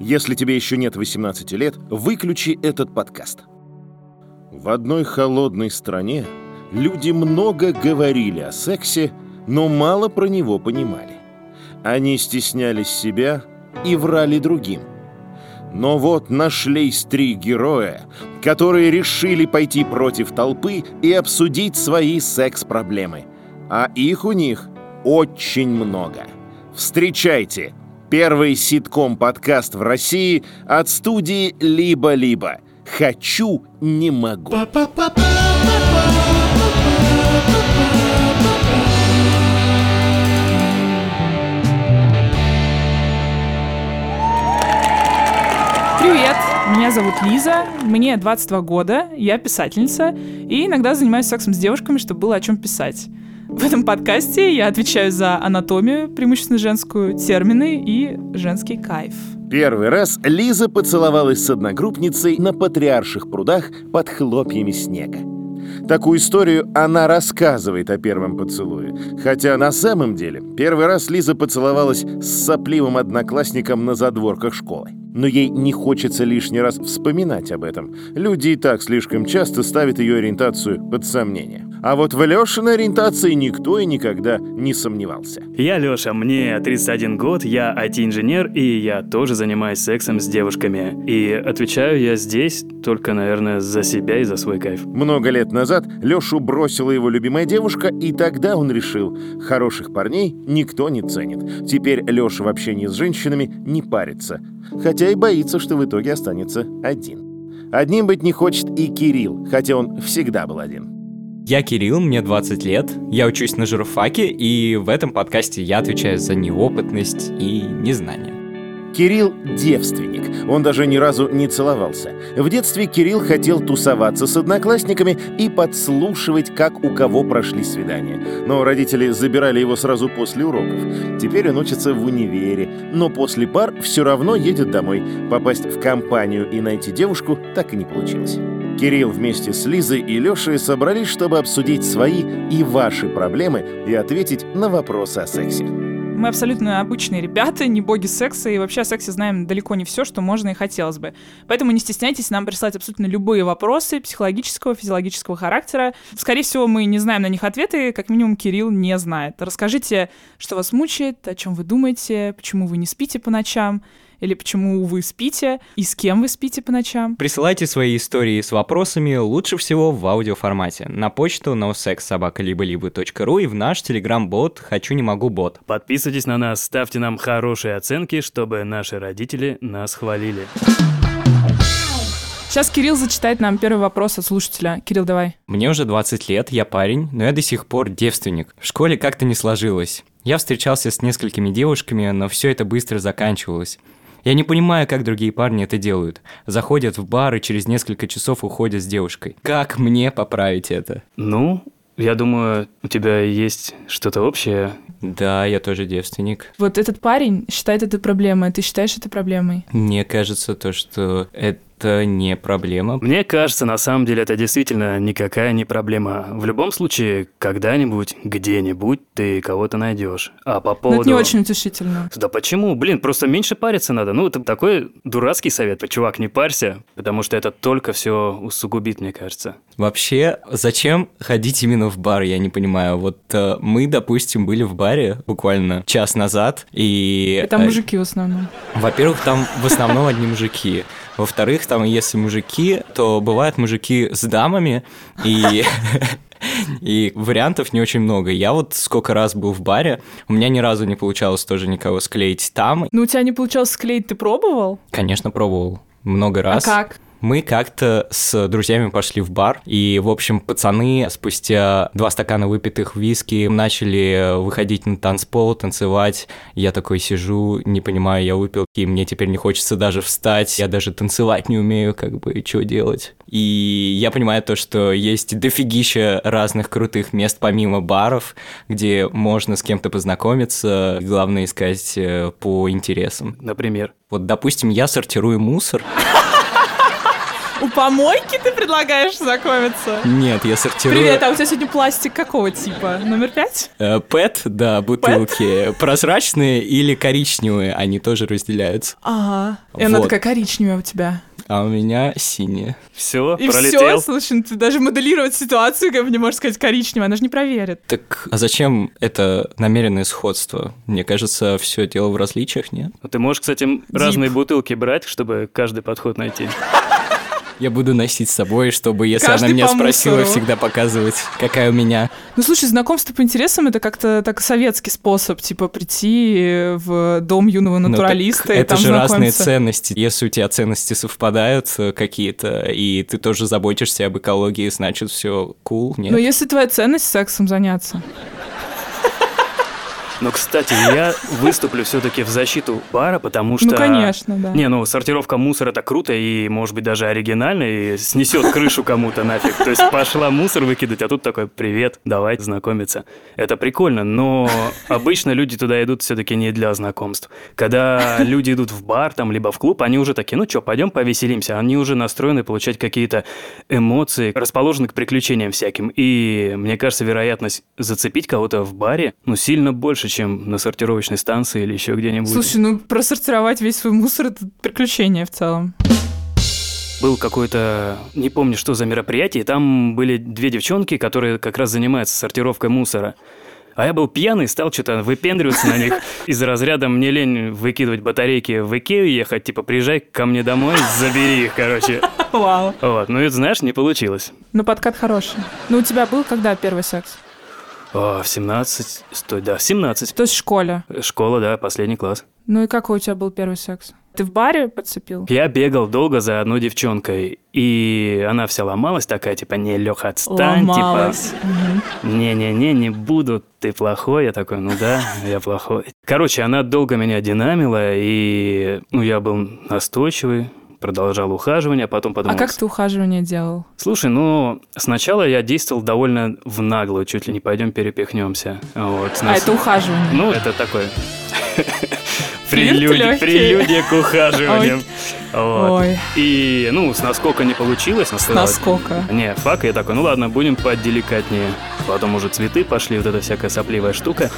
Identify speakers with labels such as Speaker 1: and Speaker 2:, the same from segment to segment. Speaker 1: Если тебе еще нет 18 лет, выключи этот подкаст. В одной холодной стране люди много говорили о сексе, но мало про него понимали. Они стеснялись себя и врали другим. Но вот нашлись три героя, которые решили пойти против толпы и обсудить свои секс-проблемы. А их у них очень много. Встречайте! Первый ситком-подкаст в России от студии «Либо-либо». «Хочу, не могу».
Speaker 2: Привет! Меня зовут Лиза, мне 22 года, я писательница и иногда занимаюсь сексом с девушками, чтобы было о чем писать. В этом подкасте я отвечаю за анатомию, преимущественно женскую, термины и женский кайф.
Speaker 1: Первый раз Лиза поцеловалась с одногруппницей на патриарших прудах под хлопьями снега. Такую историю она рассказывает о первом поцелуе. Хотя на самом деле первый раз Лиза поцеловалась с сопливым одноклассником на задворках школы. Но ей не хочется лишний раз вспоминать об этом. Люди и так слишком часто ставят ее ориентацию под сомнение. А вот в Лешиной ориентации никто и никогда не сомневался.
Speaker 3: Я Лёша, мне 31 год, я IT-инженер, и я тоже занимаюсь сексом с девушками. И отвечаю я здесь только, наверное, за себя и за свой кайф.
Speaker 1: Много лет назад Лёшу бросила его любимая девушка, и тогда он решил, хороших парней никто не ценит. Теперь Лёша в общении с женщинами не парится, хотя и боится, что в итоге останется один. Одним быть не хочет и Кирилл, хотя он всегда был один.
Speaker 4: Я Кирилл, мне 20 лет, я учусь на журфаке, и в этом подкасте я отвечаю за неопытность и незнание.
Speaker 1: Кирилл – девственник, он даже ни разу не целовался. В детстве Кирилл хотел тусоваться с одноклассниками и подслушивать, как у кого прошли свидания. Но родители забирали его сразу после уроков. Теперь он учится в универе, но после пар все равно едет домой. Попасть в компанию и найти девушку так и не получилось. Кирилл вместе с Лизой и Лешей собрались, чтобы обсудить свои и ваши проблемы и ответить на вопросы о сексе.
Speaker 2: Мы абсолютно обычные ребята, не боги секса, и вообще о сексе знаем далеко не все, что можно и хотелось бы. Поэтому не стесняйтесь нам присылать абсолютно любые вопросы психологического, физиологического характера. Скорее всего, мы не знаем на них ответы, как минимум Кирилл не знает. Расскажите, что вас мучает, о чем вы думаете, почему вы не спите по ночам, или почему вы спите, и с кем вы спите по ночам.
Speaker 4: Присылайте свои истории с вопросами лучше всего в аудиоформате на почту nosexsobaka.либо-либо.ру и в наш телеграм-бот «Хочу не могу бот».
Speaker 3: Подписывайтесь на нас, ставьте нам хорошие оценки, чтобы наши родители нас хвалили.
Speaker 2: Сейчас Кирилл зачитает нам первый вопрос от слушателя. Кирилл, давай.
Speaker 4: Мне уже 20 лет, я парень, но я до сих пор девственник. В школе как-то не сложилось. Я встречался с несколькими девушками, но все это быстро заканчивалось. Я не понимаю, как другие парни это делают. Заходят в бар и через несколько часов уходят с девушкой. Как мне поправить это?
Speaker 3: Ну, я думаю, у тебя есть что-то общее.
Speaker 4: Да, я тоже девственник.
Speaker 2: Вот этот парень считает это проблемой. а Ты считаешь это проблемой?
Speaker 4: Мне кажется, то, что это не проблема.
Speaker 3: Мне кажется, на самом деле это действительно никакая не проблема. В любом случае, когда-нибудь, где-нибудь ты кого-то найдешь. А по
Speaker 2: Ну,
Speaker 3: поводу...
Speaker 2: это не очень утешительно.
Speaker 3: Да почему? Блин, просто меньше париться надо. Ну, это такой дурацкий совет. Чувак, не парься, потому что это только все усугубит, мне кажется.
Speaker 4: Вообще, зачем ходить именно в бар, я не понимаю. Вот э, мы, допустим, были в баре буквально час назад, и...
Speaker 2: Это
Speaker 4: э,
Speaker 2: мужики в основном.
Speaker 4: Во-первых, там в основном одни мужики. Во-вторых, там если мужики, то бывают мужики с дамами, и... И вариантов не очень много. Я вот сколько раз был в баре, у меня ни разу не получалось тоже никого склеить там.
Speaker 2: Ну, у тебя не получалось склеить, ты пробовал?
Speaker 4: Конечно, пробовал много раз.
Speaker 2: А как?
Speaker 4: Мы как-то с друзьями пошли в бар, и, в общем, пацаны спустя два стакана выпитых виски начали э, выходить на танцпол, танцевать. Я такой сижу, не понимаю, я выпил, и мне теперь не хочется даже встать, я даже танцевать не умею, как бы, что делать. И я понимаю то, что есть дофигища разных крутых мест помимо баров, где можно с кем-то познакомиться, главное искать э, по интересам.
Speaker 3: Например.
Speaker 4: Вот, допустим, я сортирую мусор,
Speaker 2: У помойке ты предлагаешь знакомиться?
Speaker 4: Нет, я сортирую.
Speaker 2: Привет, а у тебя сегодня пластик какого типа? Номер пять?
Speaker 4: Э, Пэт, да, бутылки. Прозрачные или коричневые, они тоже разделяются.
Speaker 2: Ага. И она
Speaker 4: Вот.
Speaker 2: такая коричневая у тебя.
Speaker 4: А у меня синие.
Speaker 3: Все,
Speaker 2: И все,
Speaker 3: пролетел.
Speaker 2: слушай, ну ты даже моделировать ситуацию, как бы не можешь сказать коричневая, она же не проверит.
Speaker 4: Так а зачем это намеренное сходство? Мне кажется, все дело в различиях, нет?
Speaker 3: Ну, Ты можешь, кстати, м,
Speaker 2: Дип.
Speaker 3: разные бутылки брать, чтобы каждый подход найти.
Speaker 4: Я буду носить с собой, чтобы, если
Speaker 2: Каждый
Speaker 4: она меня
Speaker 2: по
Speaker 4: спросила,
Speaker 2: мусору.
Speaker 4: всегда показывать, какая у меня.
Speaker 2: Ну, слушай, знакомство по интересам это как-то так советский способ, типа прийти э, в дом юного
Speaker 4: Ну, так
Speaker 2: натуралиста и
Speaker 4: это
Speaker 2: там
Speaker 4: же разные
Speaker 2: знакомиться.
Speaker 4: ценности. Если у тебя ценности совпадают э, какие-то, и ты тоже заботишься об экологии, значит, все cool, нет?
Speaker 2: Но если твоя ценность сексом заняться.
Speaker 3: Но, кстати, я выступлю все-таки в защиту бара, потому что...
Speaker 2: Ну, конечно, да.
Speaker 3: Не, ну сортировка мусора это круто и, может быть, даже оригинально, и снесет крышу кому-то нафиг. То есть пошла мусор выкидывать, а тут такой привет, давай знакомиться. Это прикольно, но обычно люди туда идут все-таки не для знакомств. Когда люди идут в бар там, либо в клуб, они уже такие, ну что, пойдем повеселимся. Они уже настроены получать какие-то эмоции, расположены к приключениям всяким. И мне кажется, вероятность зацепить кого-то в баре, ну, сильно больше, чем на сортировочной станции или еще где-нибудь.
Speaker 2: Слушай, ну просортировать весь свой мусор это приключение в целом.
Speaker 3: был какое-то, не помню, что за мероприятие, и там были две девчонки, которые как раз занимаются сортировкой мусора. А я был пьяный, стал что-то выпендриваться на них. Из разряда «мне лень выкидывать батарейки в Икею ехать», типа «приезжай ко мне домой, забери их», короче.
Speaker 2: Вау.
Speaker 3: Вот, ну это, знаешь, не получилось.
Speaker 2: Ну, подкат хороший. Ну, у тебя был когда первый секс?
Speaker 3: О, в 17, стой, да, в 17.
Speaker 2: То есть в школе.
Speaker 3: Школа, да, последний класс.
Speaker 2: Ну и какой у тебя был первый секс? Ты в баре подцепил?
Speaker 3: Я бегал долго за одной девчонкой, и она вся ломалась такая, типа, не, Леха, отстань, типа,
Speaker 2: Ломалась. Мгм.
Speaker 3: «Не-не-не, не буду, ты плохой». Я такой, ну да, я плохой. Короче, она долго меня динамила, и ну, я был настойчивый, продолжал ухаживание, а потом подумал...
Speaker 2: А как ты ухаживание делал?
Speaker 3: Слушай, ну, сначала я действовал довольно в наглую, чуть ли не пойдем перепихнемся. Вот,
Speaker 2: А, это ухаживание.
Speaker 3: Ну, это такой...
Speaker 2: Флирт
Speaker 3: Прелюдия,
Speaker 2: легкий.
Speaker 3: прелюдия к ухаживаниям. Вот.
Speaker 2: Ой,
Speaker 3: И, ну, с наскока не получилось. но сказала,
Speaker 2: насколько?
Speaker 3: не, фак, я такой, ну ладно, будем поделикатнее. Потом уже цветы пошли, вот эта всякая сопливая штука.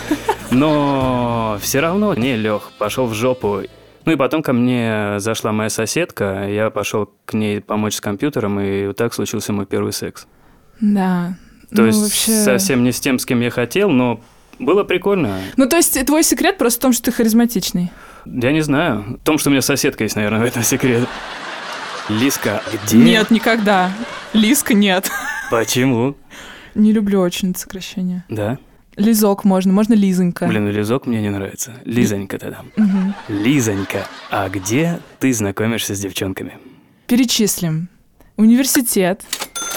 Speaker 3: Но все равно, не, Лех, пошел в жопу. Ну и потом ко мне зашла моя соседка, я пошел к ней помочь с компьютером, и вот так случился мой первый секс.
Speaker 2: Да.
Speaker 3: То
Speaker 2: Ну,
Speaker 3: есть
Speaker 2: вообще-
Speaker 3: совсем не с тем, с кем я хотел, но было прикольно.
Speaker 2: Ну, то есть твой секрет просто в том, что ты харизматичный.
Speaker 3: Я не знаю. В том, что у меня соседка есть, наверное, в этом секрет. Лиска, где?
Speaker 2: Нет, никогда. Лиска нет.
Speaker 3: Почему?
Speaker 2: Не люблю очень это сокращение.
Speaker 3: Да.
Speaker 2: Лизок можно, можно лизонька.
Speaker 3: Блин, ну Лизок мне не нравится. Лизонька тогда.
Speaker 2: Мгм.
Speaker 3: Лизонька, а где ты знакомишься с девчонками?
Speaker 2: Перечислим. Университет,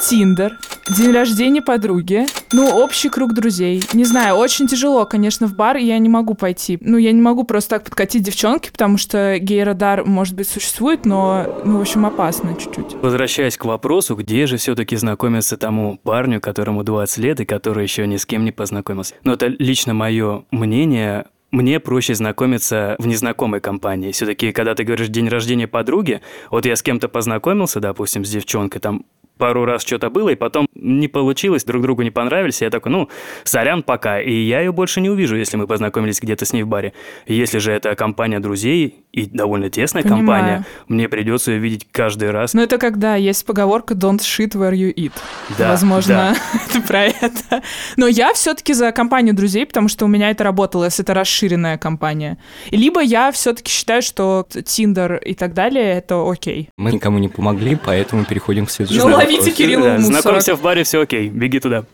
Speaker 2: Тиндер, день рождения подруги, ну, общий круг друзей. Не знаю, очень тяжело, конечно, в бар, и я не могу пойти. Ну, я не могу просто так подкатить девчонки, потому что гей-радар, может быть, существует, но, ну, в общем, опасно чуть-чуть.
Speaker 3: Возвращаясь к вопросу, где же все-таки знакомиться тому парню, которому 20 лет и который еще ни с кем не познакомился. Но это лично мое мнение. Мне проще знакомиться в незнакомой компании. Все-таки, когда ты говоришь день рождения подруги, вот я с кем-то познакомился, допустим, с девчонкой, там пару раз что-то было, и потом не получилось, друг другу не понравились, и я такой, ну, сорян пока, и я ее больше не увижу, если мы познакомились где-то с ней в баре. Если же это компания друзей, и довольно тесная
Speaker 2: Понимаю.
Speaker 3: компания, мне придется ее видеть каждый раз,
Speaker 2: Но это когда есть поговорка «don't shit where you eat».
Speaker 3: да,
Speaker 2: Возможно, это про это. Но я все-таки за компанию друзей, потому что у меня это работало, если это расширенная компания. И Либо я все-таки считаю, что Тиндер и так далее это окей.
Speaker 4: Мы никому не помогли, поэтому переходим к следующему.
Speaker 2: Ну, ловите
Speaker 4: вопросу.
Speaker 2: Кирилла
Speaker 3: Да,
Speaker 2: в мусорок.
Speaker 3: Э, знакомься в баре, все окей, беги туда.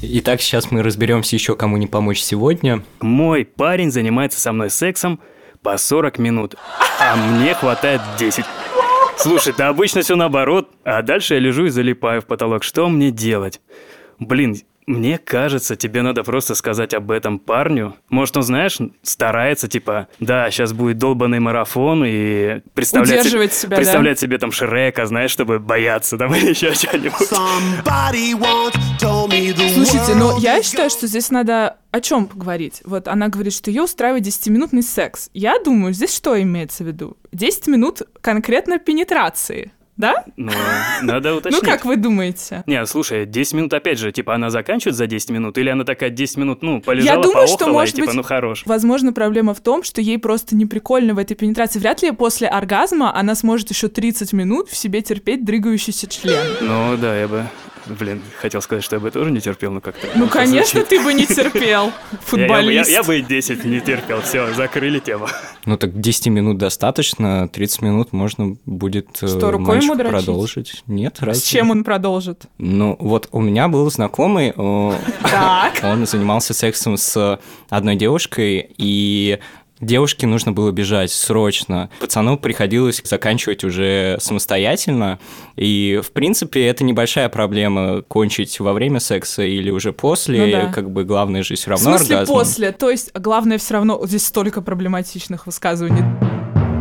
Speaker 4: Итак, сейчас мы разберемся еще, кому не помочь сегодня.
Speaker 3: Мой парень занимается со мной сексом по 40 минут, а мне хватает 10. Слушай, да обычно все наоборот, а дальше я лежу и залипаю в потолок. Что мне делать? Блин, мне кажется, тебе надо просто сказать об этом парню. Может, он, знаешь, старается, типа, да, сейчас будет долбанный марафон и представлять, се-
Speaker 2: Удерживать себя, да.
Speaker 3: представлять себе там Шрека, знаешь, чтобы бояться там или еще чего-нибудь.
Speaker 5: Somebody once told me
Speaker 2: Слушайте, но я считаю, что здесь надо о чем поговорить. Вот она говорит, что ее устраивает 10-минутный секс. Я думаю, здесь что имеется в виду? 10 минут конкретно пенетрации, да?
Speaker 3: Ну, надо уточнить.
Speaker 2: Ну как вы думаете?
Speaker 3: Не, слушай, 10 минут опять же, типа она заканчивает за 10 минут, или она такая 10 минут, ну, полежала,
Speaker 2: Я думаю, что,
Speaker 3: поохала, и
Speaker 2: может
Speaker 3: типа,
Speaker 2: быть,
Speaker 3: ну хорош.
Speaker 2: Возможно, проблема в том, что ей просто не прикольно в этой пенетрации. Вряд ли после оргазма она сможет еще 30 минут в себе терпеть дрыгающийся член.
Speaker 3: Ну да, я бы, блин, хотел сказать, что я бы тоже не терпел, но как-то...
Speaker 2: Ну,
Speaker 3: это
Speaker 2: конечно,
Speaker 3: звучит.
Speaker 2: ты бы не терпел,
Speaker 3: Я- я бы- я-
Speaker 2: футболист.
Speaker 3: Я бы и 10 не терпел, все, закрыли тему.
Speaker 4: Ну так 10 минут достаточно, 30 минут можно будет э,
Speaker 2: Что, рукой ему
Speaker 4: мальчику
Speaker 2: дрочить?
Speaker 4: продолжить. Нет, разве?
Speaker 2: С чем он продолжит?
Speaker 4: Ну вот у меня был знакомый, э,
Speaker 2: Так.
Speaker 4: он занимался сексом с одной девушкой, и девушке нужно было бежать срочно. Пацану приходилось заканчивать уже самостоятельно, и, в принципе, это небольшая проблема, кончить во время секса или уже после,
Speaker 2: Ну да.
Speaker 4: как бы главное же все
Speaker 2: В
Speaker 4: равно
Speaker 2: смысле
Speaker 4: оргазм.
Speaker 2: после? То есть, главное все равно... вот Здесь столько проблематичных высказываний.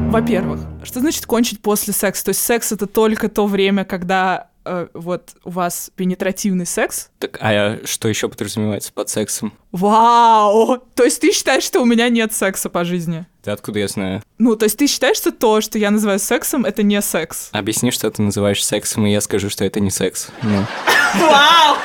Speaker 2: Во-первых, что значит кончить после секса? То есть секс — это только то время, когда э, вот у вас пенетративный секс?
Speaker 4: Так, а э, что еще подразумевается под сексом?
Speaker 2: Вау! То есть ты считаешь, что у меня нет секса по жизни?
Speaker 4: Да откуда я знаю?
Speaker 2: Ну, то есть ты считаешь, что то, что я называю сексом, это не секс?
Speaker 4: Объясни, что ты называешь сексом, и я скажу, что это не секс. Ну.
Speaker 2: Вау!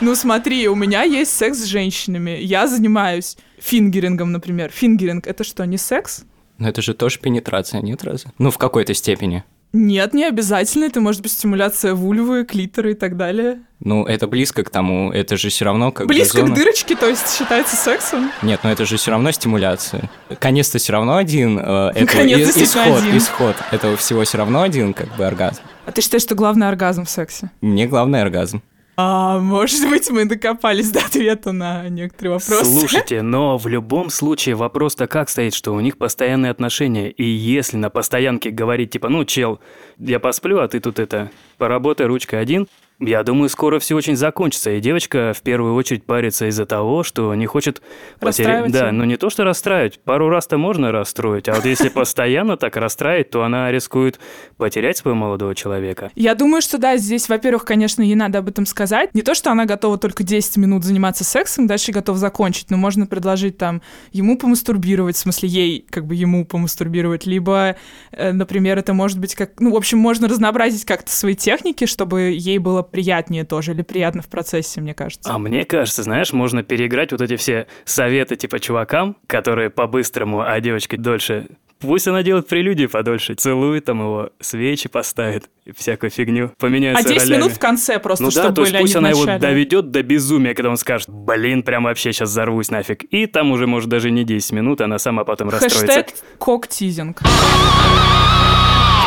Speaker 2: Ну смотри, у меня есть секс с женщинами. Я занимаюсь фингерингом, например. Фингеринг — это что, не секс?
Speaker 4: Но это же тоже пенетрация, нет разве? Ну, в какой-то степени.
Speaker 2: Нет, не обязательно. Это может быть стимуляция вульвы, клитора и так далее.
Speaker 4: Ну, это близко к тому, это же все равно как бы
Speaker 2: Близко
Speaker 4: зона-
Speaker 2: к дырочке, то есть считается сексом.
Speaker 4: Нет, но это же все равно стимуляция. Конец-то все равно один. э, этого-
Speaker 2: конец
Speaker 4: и-
Speaker 2: действительно
Speaker 4: исход,
Speaker 2: один.
Speaker 4: исход этого всего все равно один, как бы оргазм.
Speaker 2: А ты считаешь, что главный оргазм в сексе?
Speaker 4: Мне главное оргазм.
Speaker 2: А, может быть, мы докопались до ответа на некоторые вопросы.
Speaker 3: Слушайте, но в любом случае вопрос-то как стоит, что у них постоянные отношения, и если на постоянке говорить, типа, ну, чел, я посплю, а ты тут это, поработай ручкой один, я думаю, скоро все очень закончится, и девочка в первую очередь парится из-за того, что не хочет потерять...
Speaker 2: Расстраивать
Speaker 3: Да,
Speaker 2: её.
Speaker 3: ну не то, что расстраивать, пару раз-то можно расстроить, а вот если постоянно так расстраивать, то она рискует потерять своего молодого человека.
Speaker 2: Я думаю, что да, здесь, во-первых, конечно, ей надо об этом сказать. Не то, что она готова только 10 минут заниматься сексом, дальше готова закончить, но можно предложить там ему помастурбировать, в смысле ей, как бы ему помастурбировать, либо, э, например, это может быть как... Ну, в общем, можно разнообразить как-то свои техники, чтобы ей было приятнее тоже, или приятно в процессе, мне кажется.
Speaker 3: А мне кажется, знаешь, можно переиграть вот эти все советы типа чувакам, которые по-быстрому, а девочка дольше. Пусть она делает прелюдии подольше, целует там его, свечи поставит, и всякую фигню,
Speaker 2: А,
Speaker 3: поменяется
Speaker 2: 10
Speaker 3: ролями.
Speaker 2: минут в конце просто,
Speaker 3: ну
Speaker 2: чтобы
Speaker 3: да, то есть
Speaker 2: были
Speaker 3: пусть
Speaker 2: они
Speaker 3: она
Speaker 2: в
Speaker 3: его
Speaker 2: начале.
Speaker 3: доведет до безумия, когда он скажет, блин, прям вообще сейчас взорвусь нафиг. И там уже, может, даже не 10 минут, она сама потом расстроится.
Speaker 2: Хэштег коктизинг.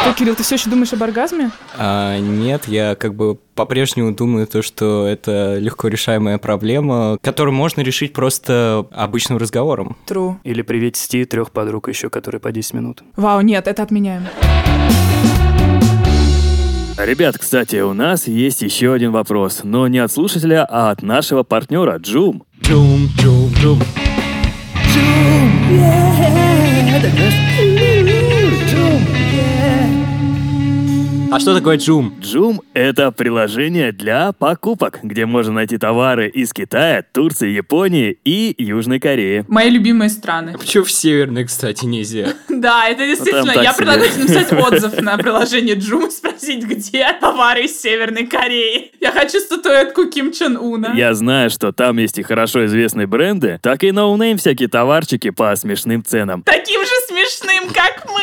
Speaker 2: Что, Кирилл, ты все еще думаешь об оргазме?
Speaker 4: А, нет, я как бы по-прежнему думаю то, что это легко решаемая проблема, которую можно решить просто обычным разговором.
Speaker 2: True.
Speaker 3: Или привести трех подруг еще, которые по 10 минут.
Speaker 2: Вау, нет, это отменяем.
Speaker 5: Ребят, кстати, у нас есть еще один вопрос, но не от слушателя, а от нашего партнера Джум.
Speaker 4: А что такое джум?
Speaker 5: Джум — это приложение для покупок, где можно найти товары из Китая, Турции, Японии и Южной Кореи.
Speaker 2: Мои любимые страны.
Speaker 4: Почему в северной, кстати, нельзя?
Speaker 2: Да, это действительно.
Speaker 5: Ну, так
Speaker 2: Я
Speaker 5: себе.
Speaker 2: предлагаю тебе написать отзыв на приложение Джум и спросить, где товары из Северной Кореи. Я хочу статуэтку Ким Чен Уна.
Speaker 5: Я знаю, что там есть и хорошо известные бренды, так и ноунейм всякие товарчики по смешным ценам.
Speaker 2: Таким же смешным, как мы.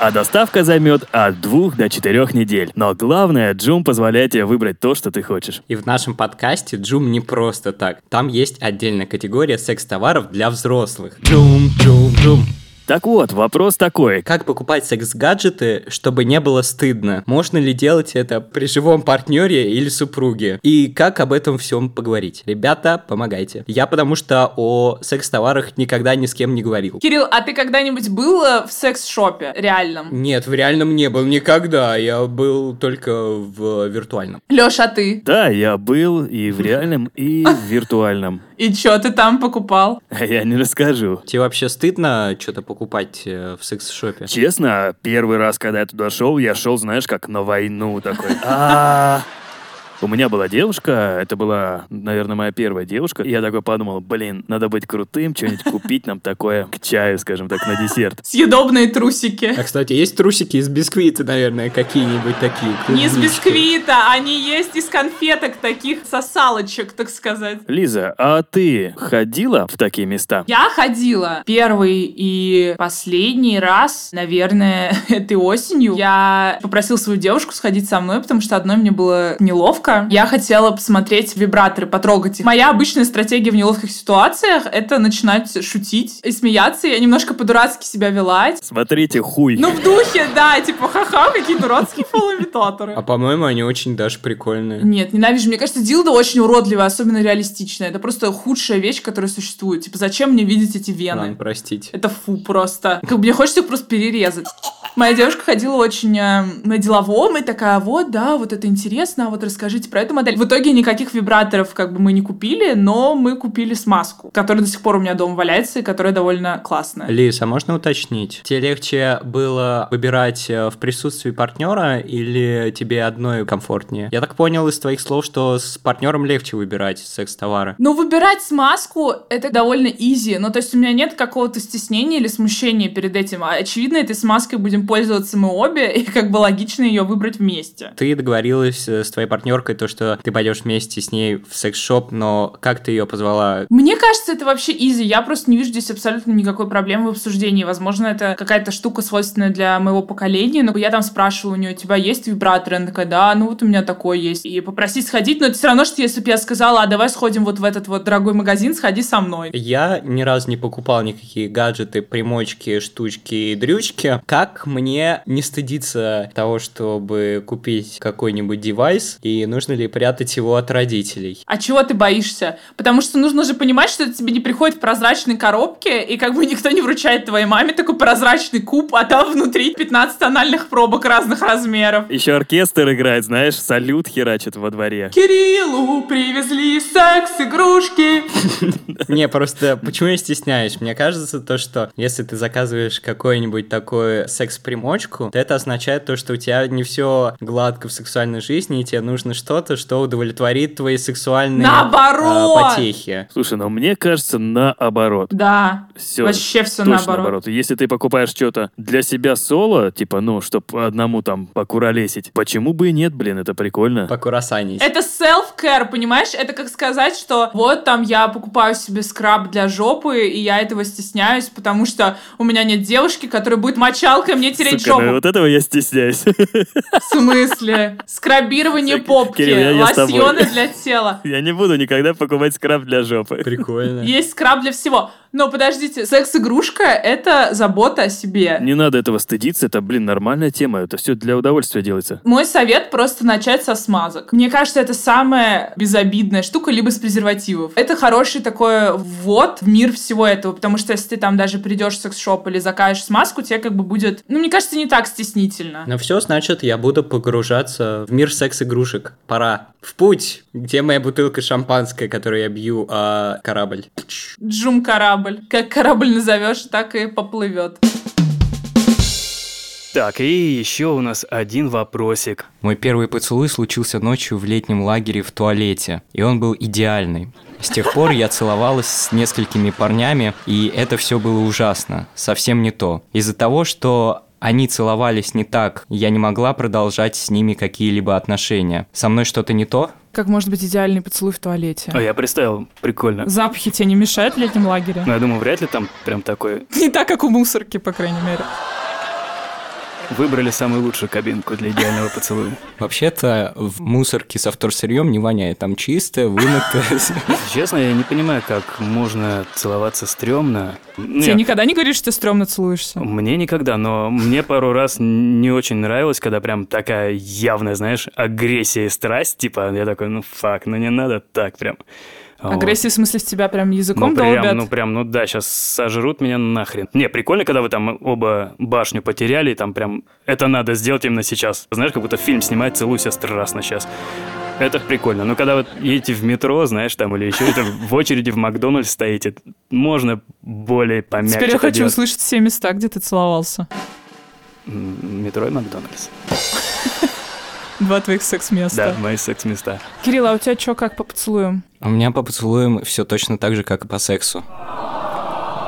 Speaker 5: А доставка займет от двух до четырех недель. Но главное, Джум позволяет тебе выбрать то, что ты хочешь.
Speaker 4: И в нашем подкасте Джум не просто так. Там есть отдельная категория секс-товаров для взрослых. Джум, Джум, Джум.
Speaker 5: Так вот, вопрос такой.
Speaker 4: Как покупать секс-гаджеты, чтобы не было стыдно? Можно ли делать это при живом партнере или супруге? И как об этом всем поговорить? Ребята, помогайте. Я потому что о секс-товарах никогда ни с кем не говорил.
Speaker 2: Кирилл, а ты когда-нибудь был э, в секс-шопе реальном?
Speaker 4: Нет, в реальном не был никогда. Я был только в виртуальном.
Speaker 2: Леша, а ты?
Speaker 5: Да, я был и в реальном, и в виртуальном.
Speaker 2: И чё ты там покупал?
Speaker 5: Я не расскажу.
Speaker 4: Тебе вообще стыдно что-то покупать э, в секс-шопе?
Speaker 5: Честно, первый раз, когда я туда шел, я шел, знаешь, как на войну такой. А, У меня была девушка, это была, наверное, моя первая девушка. И я такой подумал, блин, надо быть крутым, что-нибудь купить нам такое к чаю, скажем так, на десерт.
Speaker 2: Съедобные трусики.
Speaker 6: А, кстати, есть трусики из бисквита, наверное, какие-нибудь такие.
Speaker 5: А
Speaker 2: Не из
Speaker 6: клубнички.
Speaker 2: бисквита, они есть из конфеток таких, сосалочек, так сказать.
Speaker 5: Лиза, а ты ходила в такие места?
Speaker 2: Я ходила первый и последний раз, наверное, этой осенью. Я попросила свою девушку сходить со мной, потому что одной мне было неловко. Я хотела посмотреть вибраторы, потрогать их. Моя обычная стратегия в неловких ситуациях — это начинать шутить и смеяться. Я немножко по-дурацки себя вела.
Speaker 5: Смотрите, хуй.
Speaker 2: Ну, в духе, да, типа, ха-ха, какие дурацкие фалоимитаторы.
Speaker 6: А по-моему, они очень даже прикольные.
Speaker 2: Нет, ненавижу. Мне кажется, дилда очень уродливая, особенно реалистичная. Это просто худшая вещь, которая существует. Типа, зачем мне видеть эти вены?
Speaker 6: Ладно, простите.
Speaker 2: Это фу просто. Как бы мне хочется их просто перерезать. Моя девушка ходила очень э, на деловом и такая, вот, да, вот это интересно, а вот расскажите про эту модель. В итоге никаких вибраторов как бы мы не купили, но мы купили смазку, которая до сих пор у меня дома валяется и которая довольно классная.
Speaker 6: Лиз, а можно уточнить? Тебе легче было выбирать э, в присутствии партнера или тебе одной комфортнее? Я так понял из твоих слов, что с партнером легче выбирать секс-товары.
Speaker 2: Ну, выбирать смазку — это довольно изи. Ну, то есть у меня нет какого-то стеснения или смущения перед этим. А, Очевидно, этой смазкой будем пользоваться мы обе, и как бы логично ее выбрать вместе.
Speaker 6: Ты договорилась э, с твоей партнеркой то, что ты пойдешь вместе с ней в секс-шоп, но как ты ее позвала?
Speaker 2: Мне кажется, это вообще изи. Я просто не вижу здесь абсолютно никакой проблемы в обсуждении. Возможно, это какая-то штука свойственная для моего поколения. Но я там спрашивала у нее, у тебя есть вибратор? Она такая, да, ну вот у меня такой есть. И попроси сходить. Но это все равно, что если бы я сказала, а давай сходим вот в этот вот дорогой магазин, сходи со мной.
Speaker 6: Я ни разу не покупал никакие гаджеты, примочки, штучки и дрючки. Как мне не стыдиться того, чтобы купить какой-нибудь девайс, и нужно ли прятать его от родителей?
Speaker 2: А чего ты боишься? Потому что нужно же понимать, что это тебе не приходит в прозрачной коробке, и как бы никто не вручает твоей маме такой прозрачный куб, а там внутри 15 тональных пробок разных размеров.
Speaker 5: Еще оркестр играет, знаешь, салют херачит во дворе.
Speaker 2: Кириллу привезли секс-игрушки.
Speaker 6: Не, просто почему я стесняюсь? Мне кажется, то, что если ты заказываешь какую-нибудь такую секс-примочку, то это означает то, что у тебя не все гладко в сексуальной жизни, и тебе нужно что-то, что удовлетворит твои сексуальные
Speaker 2: Наоборот!
Speaker 6: а, потехи.
Speaker 5: Слушай, ну мне кажется, наоборот.
Speaker 2: Да,
Speaker 5: Все.
Speaker 2: вообще все
Speaker 5: Точно
Speaker 2: наоборот.
Speaker 5: Если ты покупаешь что-то для себя соло, типа, ну, чтобы одному там покуролесить, почему бы и нет, блин, это прикольно.
Speaker 6: Покурасанить.
Speaker 2: Это self-care, понимаешь? Это как сказать, что вот там я покупаю себе скраб для жопы, и я этого стесняюсь, потому что у меня нет девушки, которая будет мочалкой мне тереть
Speaker 5: Сука, ну
Speaker 2: жопу.
Speaker 5: вот этого я стесняюсь.
Speaker 2: В смысле? Скрабирование попки,
Speaker 5: Кирилл, я- я с тобой.
Speaker 2: лосьоны для тела.
Speaker 5: Я не буду никогда покупать скраб для жопы.
Speaker 6: Прикольно.
Speaker 2: Есть скраб для всего. Но подождите, секс-игрушка — это забота о себе.
Speaker 5: Не надо этого стыдиться, это, блин, нормальная тема, это все для удовольствия делается.
Speaker 2: Мой совет просто начать со смазок. Мне кажется, это самая безобидная штука, либо с презервативов. Это хороший такой ввод в мир всего этого, потому что если ты там даже придешь в секс-шоп или закажешь смазку, тебе как бы будет, ну, мне кажется, не так стеснительно.
Speaker 6: Ну все, значит, я буду погружаться в мир секс-игрушек. Пора. В путь! Где моя бутылка шампанское, которую я бью а, корабль?
Speaker 2: Джум корабль. Как корабль назовешь, так и поплывет.
Speaker 3: Так, и еще у нас один вопросик.
Speaker 4: Мой первый поцелуй случился ночью в летнем лагере в туалете, и он был идеальный. С тех пор я целовалась с несколькими парнями, и это все было ужасно, совсем не то. Из-за того, что они целовались не так, я не могла продолжать с ними какие-либо отношения. Со мной что-то не то?
Speaker 2: Как может быть идеальный поцелуй в
Speaker 3: А
Speaker 2: туалете?
Speaker 3: я представил, прикольно.
Speaker 2: Запахи тебе не мешают в летнем лагере?
Speaker 3: Но я думаю, вряд ли там прям такое.
Speaker 2: Не так, как у мусорки, по крайней мере.
Speaker 3: Выбрали самую лучшую кабинку для идеального поцелуя.
Speaker 4: Вообще-то в мусорке со вторсырьем не воняет, там чистое, вымытое.
Speaker 3: Честно, я не понимаю, как можно целоваться стрёмно. Ну,
Speaker 2: Тебе
Speaker 3: я-
Speaker 2: никогда не говоришь, что ты стрёмно целуешься?
Speaker 3: Мне никогда, но мне пару раз не очень нравилось, когда прям такая явная, знаешь, агрессия и страсть, типа, я такой, ну фак, ну не надо так прям. а Вот.
Speaker 2: Агрессия, в смысле, в тебя прям языком
Speaker 3: Ну прям,
Speaker 2: долбят?
Speaker 3: ну прям, ну да, сейчас сожрут меня нахрен. Не, прикольно, когда вы там оба башню потеряли, и там прям это надо сделать именно сейчас. Знаешь, как будто фильм снимать, целуйся страстно сейчас. Это прикольно. Но когда вы едете в метро, знаешь, там, или еще это в очереди в Макдональдс стоите, можно более помягче
Speaker 2: Теперь я
Speaker 3: это
Speaker 2: хочу
Speaker 3: делать.
Speaker 2: услышать все места, где ты целовался.
Speaker 3: М, Метро и Макдональдс.
Speaker 2: Два твоих секс-места.
Speaker 3: Да, мои секс-места.
Speaker 2: Кирилл, а у тебя что, как по поцелуям?
Speaker 4: У меня по поцелуям все точно так же, как и по сексу.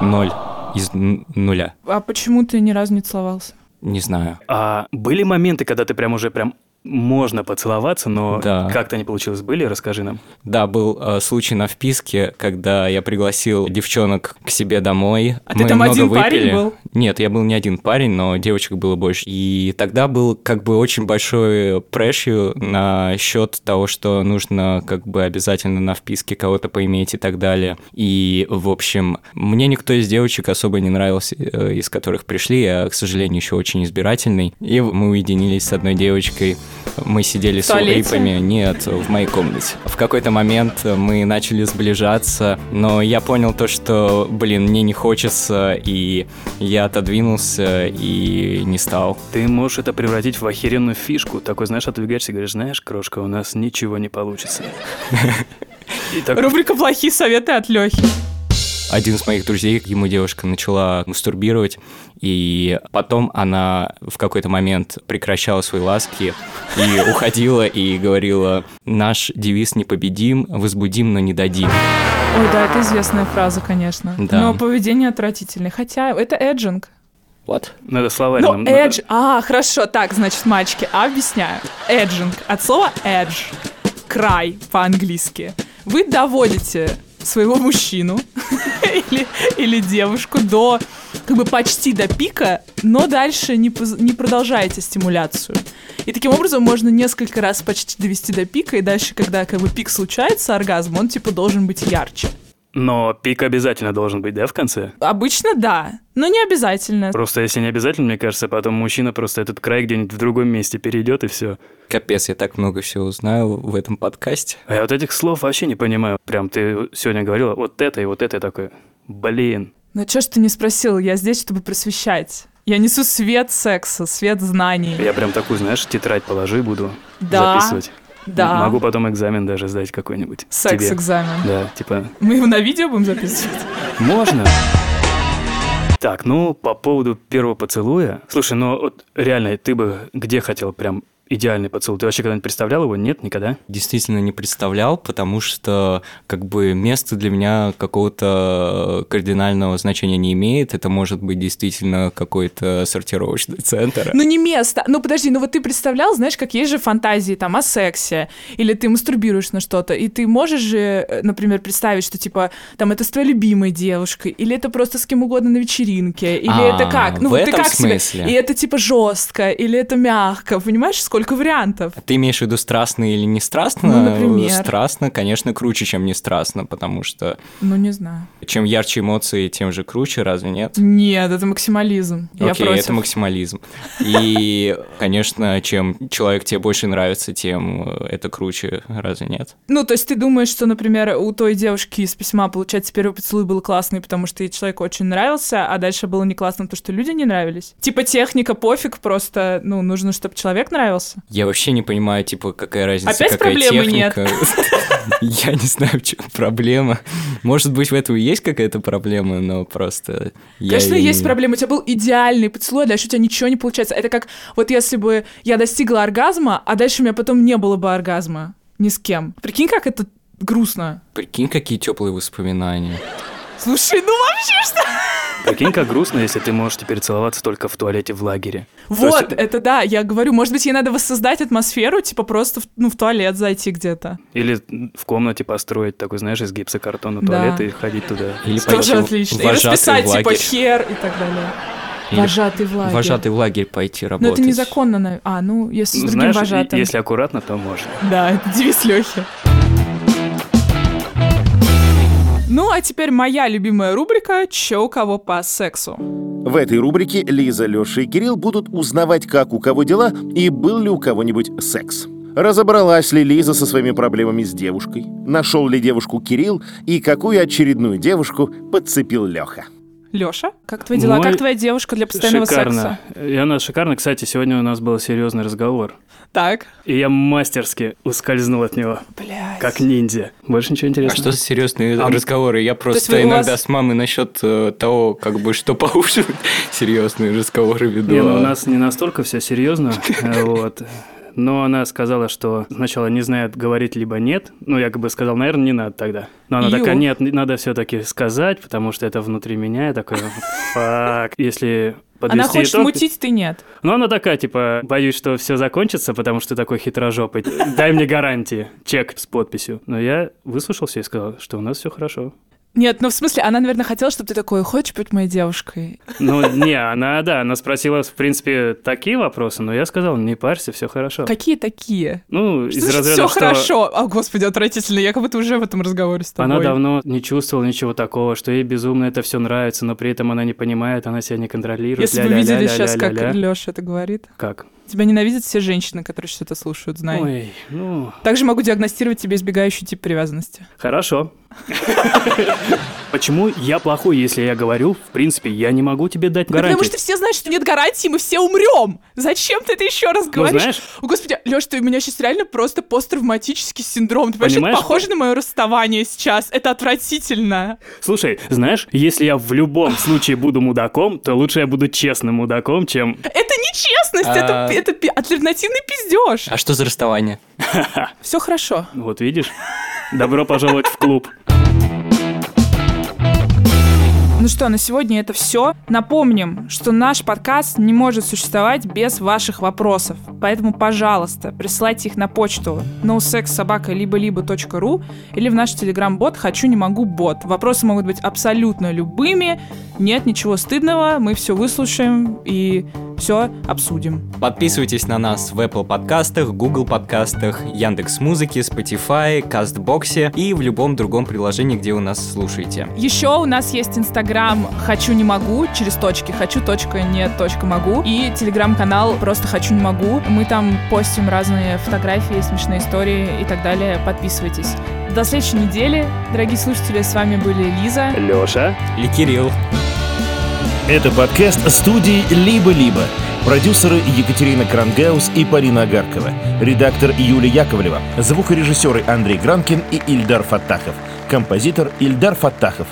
Speaker 4: Ноль. Из н- нуля.
Speaker 2: А почему ты ни разу не целовался?
Speaker 4: Не знаю.
Speaker 3: А были моменты, когда ты прям уже прям можно поцеловаться, но
Speaker 4: Да.
Speaker 3: как-то не получилось. Были? Расскажи нам.
Speaker 4: Да, был э, случай на вписке, когда я пригласил девчонок к себе домой.
Speaker 2: А ты там один парень был?
Speaker 4: Нет, я был не один парень, но девочек было больше. И тогда был как бы очень большой прэшью на счет того, что нужно как бы обязательно на вписке кого-то поиметь и так далее. И, в общем, мне никто из девочек особо не нравился, э, из которых пришли. Я, к сожалению, еще очень избирательный. И мы уединились с одной девочкой. Мы сидели
Speaker 2: В
Speaker 4: с
Speaker 2: туалете?
Speaker 4: урипами. Нет, в моей комнате. В какой-то момент мы начали сближаться, но я понял то, что, блин, мне не хочется, и я отодвинулся и не стал.
Speaker 3: Ты можешь это превратить в охеренную фишку. Такой, знаешь, отодвигаешься и говоришь, знаешь, крошка, у нас ничего не получится. И так
Speaker 2: Рубрика «Плохие советы от Лехи».
Speaker 4: Один из моих друзей, ему девушка начала мастурбировать, и потом она в какой-то момент прекращала свои ласки и уходила и говорила, наш девиз непобедим, возбудим, но не дадим.
Speaker 2: Ой, да, это известная фраза, конечно.
Speaker 4: Да.
Speaker 2: Но поведение отвратительное. Хотя это эджинг.
Speaker 4: Вот.
Speaker 3: надо словарь
Speaker 2: Ну,
Speaker 3: нам. надо.
Speaker 2: эдж... А, хорошо, так, значит, мальчики, объясняю. Эджинг от слова edge, край по-английски. Вы доводите своего мужчину или, или девушку до, как бы почти до пика, но дальше не, поз- не продолжаете стимуляцию. И таким образом можно несколько раз почти довести до пика, и дальше, когда как бы пик случается, оргазм, он типа должен быть ярче.
Speaker 3: Но пик обязательно должен быть, да, в конце?
Speaker 2: Обычно да, но не обязательно.
Speaker 3: Просто если не обязательно, мне кажется, потом мужчина просто этот край где-нибудь в другом месте перейдет и все.
Speaker 4: Капец, я так много всего узнаю в этом подкасте.
Speaker 3: А я вот этих слов вообще не понимаю. Прям ты сегодня говорила вот это и вот это я такой. Блин.
Speaker 2: Ну чё ж ты не спросил? Я здесь, чтобы просвещать. Я несу свет секса, свет знаний.
Speaker 3: Я прям такую, знаешь, тетрадь положу и буду
Speaker 2: Да,
Speaker 3: записывать.
Speaker 2: да.
Speaker 3: М- Могу потом экзамен даже сдать какой-нибудь. Тебе.
Speaker 2: Секс-экзамен.
Speaker 3: Да, типа,
Speaker 2: Мы его на видео будем записывать?
Speaker 3: можно. Так, ну, по поводу первого поцелуя. Слушай, ну, вот реально, ты бы где хотел прям идеальный поцелуй? Ты вообще когда-нибудь представлял его? Нет, никогда?
Speaker 4: действительно не представлял, потому что как бы место для меня какого-то кардинального значения не имеет. Это может быть действительно какой-то сортировочный центр.
Speaker 2: Ну не место. Ну подожди, ну вот ты представлял, знаешь, как есть же фантазии там о сексе, или ты мастурбируешь на что-то, и ты можешь же, э, например, представить, что типа там это с твоей любимой девушкой, или это просто с кем угодно на вечеринке, или
Speaker 4: А,
Speaker 2: это как? Ну
Speaker 4: в
Speaker 2: вот ты
Speaker 4: этом
Speaker 2: как
Speaker 4: смысле?
Speaker 2: себе? И это типа жестко, или это мягко, понимаешь, сколько вариантов?
Speaker 4: Ты имеешь в виду страстно или не страстно?
Speaker 2: Ну, например.
Speaker 4: Страстно, конечно, круче, чем не страстно, потому что
Speaker 2: Ну не знаю.
Speaker 4: чем ярче эмоции, тем же круче, разве нет?
Speaker 2: Нет, это максимализм. Я
Speaker 4: Окей,
Speaker 2: против.
Speaker 4: это максимализм. И, конечно, чем человек тебе больше нравится, тем э, это круче, разве нет?
Speaker 2: Ну, то есть ты думаешь, что, например, у той девушки из письма, получается, первый поцелуй был классный, потому что ей человек очень нравился, а дальше было не классно то, что люди не нравились? Типа техника пофиг, просто, ну, нужно, чтобы человек нравился.
Speaker 4: Я вообще не понимаю, типа, какая разница,
Speaker 2: Опять
Speaker 4: какая
Speaker 2: проблемы нет?
Speaker 4: техника. Я не знаю, в чем проблема. Может быть, в этом и есть какая-то проблема, но просто... я
Speaker 2: Конечно,
Speaker 4: её не
Speaker 2: есть
Speaker 4: вижу.
Speaker 2: проблема. У тебя был идеальный поцелуй, а дальше у тебя ничего не получается. Это как вот если бы я достигла оргазма, а дальше у меня потом не было бы оргазма. Ни с кем. Прикинь, как это грустно.
Speaker 4: Прикинь, какие теплые воспоминания.
Speaker 2: Слушай, ну вообще что?
Speaker 3: Прикинь, как грустно, если ты можешь теперь целоваться только в туалете в лагере.
Speaker 2: Вот,
Speaker 3: есть-
Speaker 2: это да, я говорю, может быть, ей надо воссоздать атмосферу, типа просто в, ну, в туалет зайти где-то.
Speaker 3: Или в комнате построить такой, знаешь, из гипсокартона
Speaker 2: Да.
Speaker 3: туалет и ходить туда.
Speaker 4: Или
Speaker 2: Тоже
Speaker 4: пойти в-
Speaker 2: отлично. И
Speaker 4: вожатый
Speaker 2: расписать,
Speaker 4: в
Speaker 2: типа,
Speaker 4: лагерь.
Speaker 2: хер и так далее.
Speaker 4: Или
Speaker 2: Вожатый в лагерь.
Speaker 4: Вожатый в лагерь пойти
Speaker 2: Но
Speaker 4: работать.
Speaker 2: это незаконно, на- а, ну, если с
Speaker 3: Ну,
Speaker 2: другим
Speaker 3: знаешь, и-
Speaker 2: вожатым.
Speaker 3: если аккуратно, то можно.
Speaker 2: Да, это девиз Лехи. Ну, а теперь моя любимая рубрика «Чё у кого по сексу?».
Speaker 1: В этой рубрике Лиза, Леша и Кирилл будут узнавать, как у кого дела и был ли у кого-нибудь секс. Разобралась ли Лиза со своими проблемами с девушкой? Нашел ли девушку Кирилл? И какую очередную девушку подцепил Леха?
Speaker 2: Лёша, как твои дела?
Speaker 3: Мой-
Speaker 2: Как твоя девушка для постоянного
Speaker 3: шикарно.
Speaker 2: секса?
Speaker 3: И она шикарно. Кстати, сегодня у нас был серьезный разговор.
Speaker 2: Так.
Speaker 3: И я мастерски ускользнул от него,
Speaker 2: Блядь.
Speaker 3: как ниндзя. Больше ничего
Speaker 4: А
Speaker 3: интересного.
Speaker 4: что за серьезные
Speaker 3: А,
Speaker 4: разговоры? Я
Speaker 2: вы
Speaker 4: просто
Speaker 2: у
Speaker 4: иногда
Speaker 2: вас-
Speaker 4: с мамой насчет э, того, как бы что поужинать, серьезные разговоры веду.
Speaker 3: Не, ну,
Speaker 4: а-
Speaker 3: у нас не настолько все серьезно. э, Вот. но она сказала, что сначала не знает, говорить либо нет. Ну, я как бы сказал, наверное, не надо тогда. Но она
Speaker 2: Ю.
Speaker 3: такая, нет, не- надо все-таки сказать, потому что это внутри меня. Я такой, «Ну, фак, если подвести
Speaker 2: Она хочет
Speaker 3: итог-
Speaker 2: мутить, ты нет.
Speaker 3: Ну, она такая, типа, боюсь, что все закончится, потому что ты такой хитрожопый. Дай мне гарантии. Чек с подписью. Но я выслушался и сказал, что у нас все хорошо.
Speaker 2: Нет, ну в смысле, она, наверное, хотела, чтобы ты такой, хочешь быть моей девушкой?
Speaker 3: Ну, не, она, да, она спросила, в принципе, такие вопросы, но я сказал, не парься, все хорошо.
Speaker 2: Какие такие?
Speaker 3: Ну, из разряда,
Speaker 2: все
Speaker 3: что
Speaker 2: хорошо. А, господи, отвратительно, я как будто уже в этом разговоре с тобой.
Speaker 3: Она давно не чувствовала ничего такого, что ей безумно это все нравится, но при этом она не понимает, она себя не контролирует.
Speaker 2: Если бы вы
Speaker 3: ля-ля-ля,
Speaker 2: видели сейчас, как
Speaker 3: ля-ля-ля.
Speaker 2: Леша это говорит.
Speaker 3: Как?
Speaker 2: Тебя ненавидят все женщины, которые что-то слушают, знай.
Speaker 3: Ой, ну,
Speaker 2: Также могу диагностировать тебе избегающий тип привязанности.
Speaker 3: Хорошо. Почему я плохой, если я говорю, в принципе, я не могу тебе дать гарантии?
Speaker 2: Потому что все знают, что нет гарантии, мы все умрем. Зачем ты это еще раз
Speaker 3: Ну,
Speaker 2: говоришь?
Speaker 3: знаешь,
Speaker 2: О, Господи, Леш, ты у меня сейчас реально просто посттравматический синдром. Ты понимаешь,
Speaker 3: Понимаешь?
Speaker 2: это похоже на мое расставание сейчас. Это отвратительно.
Speaker 3: слушай, знаешь, если я в любом случае буду мудаком, то лучше я буду честным мудаком, чем...
Speaker 2: Это нечестность, это,
Speaker 4: А.
Speaker 2: это пи- альтернативный пиздеж.
Speaker 4: А что за расставание?
Speaker 2: Все хорошо.
Speaker 3: Вот видишь? Добро пожаловать в клуб.
Speaker 2: Ну что, на сегодня это все. Напомним, что наш подкаст не может существовать без ваших вопросов. Поэтому, пожалуйста, присылайте их на почту nosexsobaka либо либо ру или в наш телеграм-бот «Хочу, не могу, бот». Вопросы могут быть абсолютно любыми. Нет ничего стыдного, мы все выслушаем и все обсудим.
Speaker 4: Подписывайтесь на нас в Apple подкастах, Google подкастах, Яндекс Музыке, Spotify, Кастбоксе и в любом другом приложении, где вы нас слушаете.
Speaker 2: Еще у нас есть инстаграм «Хочу, не могу» через точки «Хочу, точка, не, точка, могу» и телеграм-канал «Просто хочу, не могу». Мы там постим разные фотографии, смешные истории и так далее. Подписывайтесь. До следующей недели. Дорогие слушатели, с вами были Лиза.
Speaker 3: Леша.
Speaker 4: Ли Кирилл.
Speaker 1: Это подкаст студии «Либо-либо». Продюсеры Екатерина Крангаус и Полина Агаркова. Редактор Юлия Яковлева. Звукорежиссеры Андрей Гранкин и Ильдар Фаттахов. Композитор Ильдар Фаттахов.